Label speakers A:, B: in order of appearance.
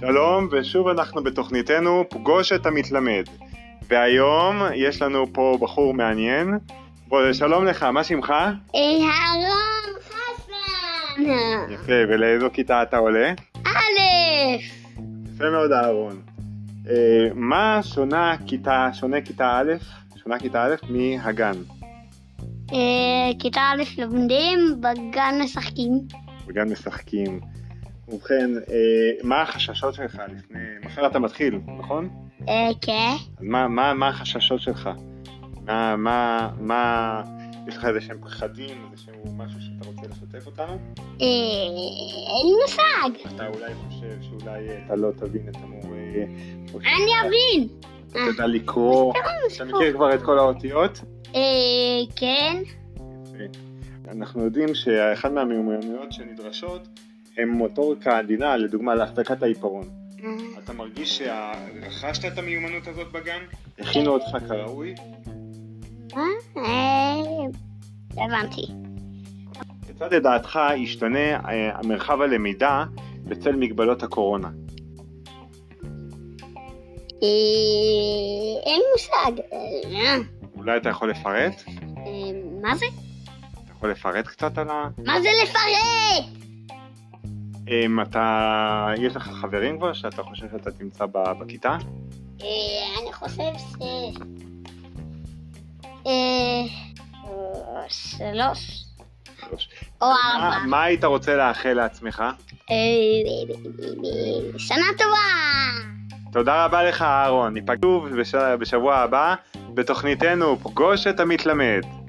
A: שלום, ושוב אנחנו בתוכניתנו פגוש את המתלמד. והיום יש לנו פה בחור מעניין. בוא, שלום לך, מה שמך?
B: אהרון אה, חסן!
A: יפה, ולאיזו כיתה אתה עולה?
B: א',
A: יפה מאוד אהרון. אה, מה שונה כיתה, שונה כיתה א', שונה כיתה א' מהגן?
B: אה, כיתה א' לומדים, בגן משחקים.
A: וגם משחקים. ובכן, אה, מה החששות שלך לפני... מחר אתה מתחיל, נכון?
B: אה, כן.
A: אז מה, מה, מה החששות שלך? מה, מה, מה, יש לך איזה שהם פחדים, איזה שהוא משהו שאתה רוצה לשתף אותנו?
B: אה, אין לי מושג.
A: אתה אולי חושב שאולי אה, אתה לא תבין את המורה, אה, או
B: אני
A: שאתה
B: אבין.
A: לא תדע לקרוא, אתה אה, מכיר כבר את כל האותיות?
B: אה, כן.
A: אנחנו יודעים שאחת מהמיומנויות שנדרשות הן מוטוריקה עדינה, לדוגמה להחזקת העיפרון.
B: אה,
A: אתה מרגיש שרכשת את המיומנות הזאת בגן? הכינו אותך כראוי?
B: אה, הבנתי.
A: כיצד לדעתך ישתנה אה, מרחב הלמידה בצל מגבלות הקורונה?
B: אה, אין לי מושג. אה,
A: אולי אתה יכול לפרט?
B: אה, מה זה?
A: אתה יכול לפרט קצת על ה... אה,
B: מה זה לפרט?
A: אם אתה... יש לך חברים כבר שאתה חושב שאתה תמצא ב- בכיתה?
B: אה, אני חושב ש... אה, אה, שלוש
A: שלוש.
B: או ארבע.
A: מה- מה היית רוצה לאחל לעצמך?
B: אה, שנה טובה!
A: תודה רבה לך אהרון, ניפגש שוב בש... בשבוע הבא בתוכניתנו פגוש את המתלמד.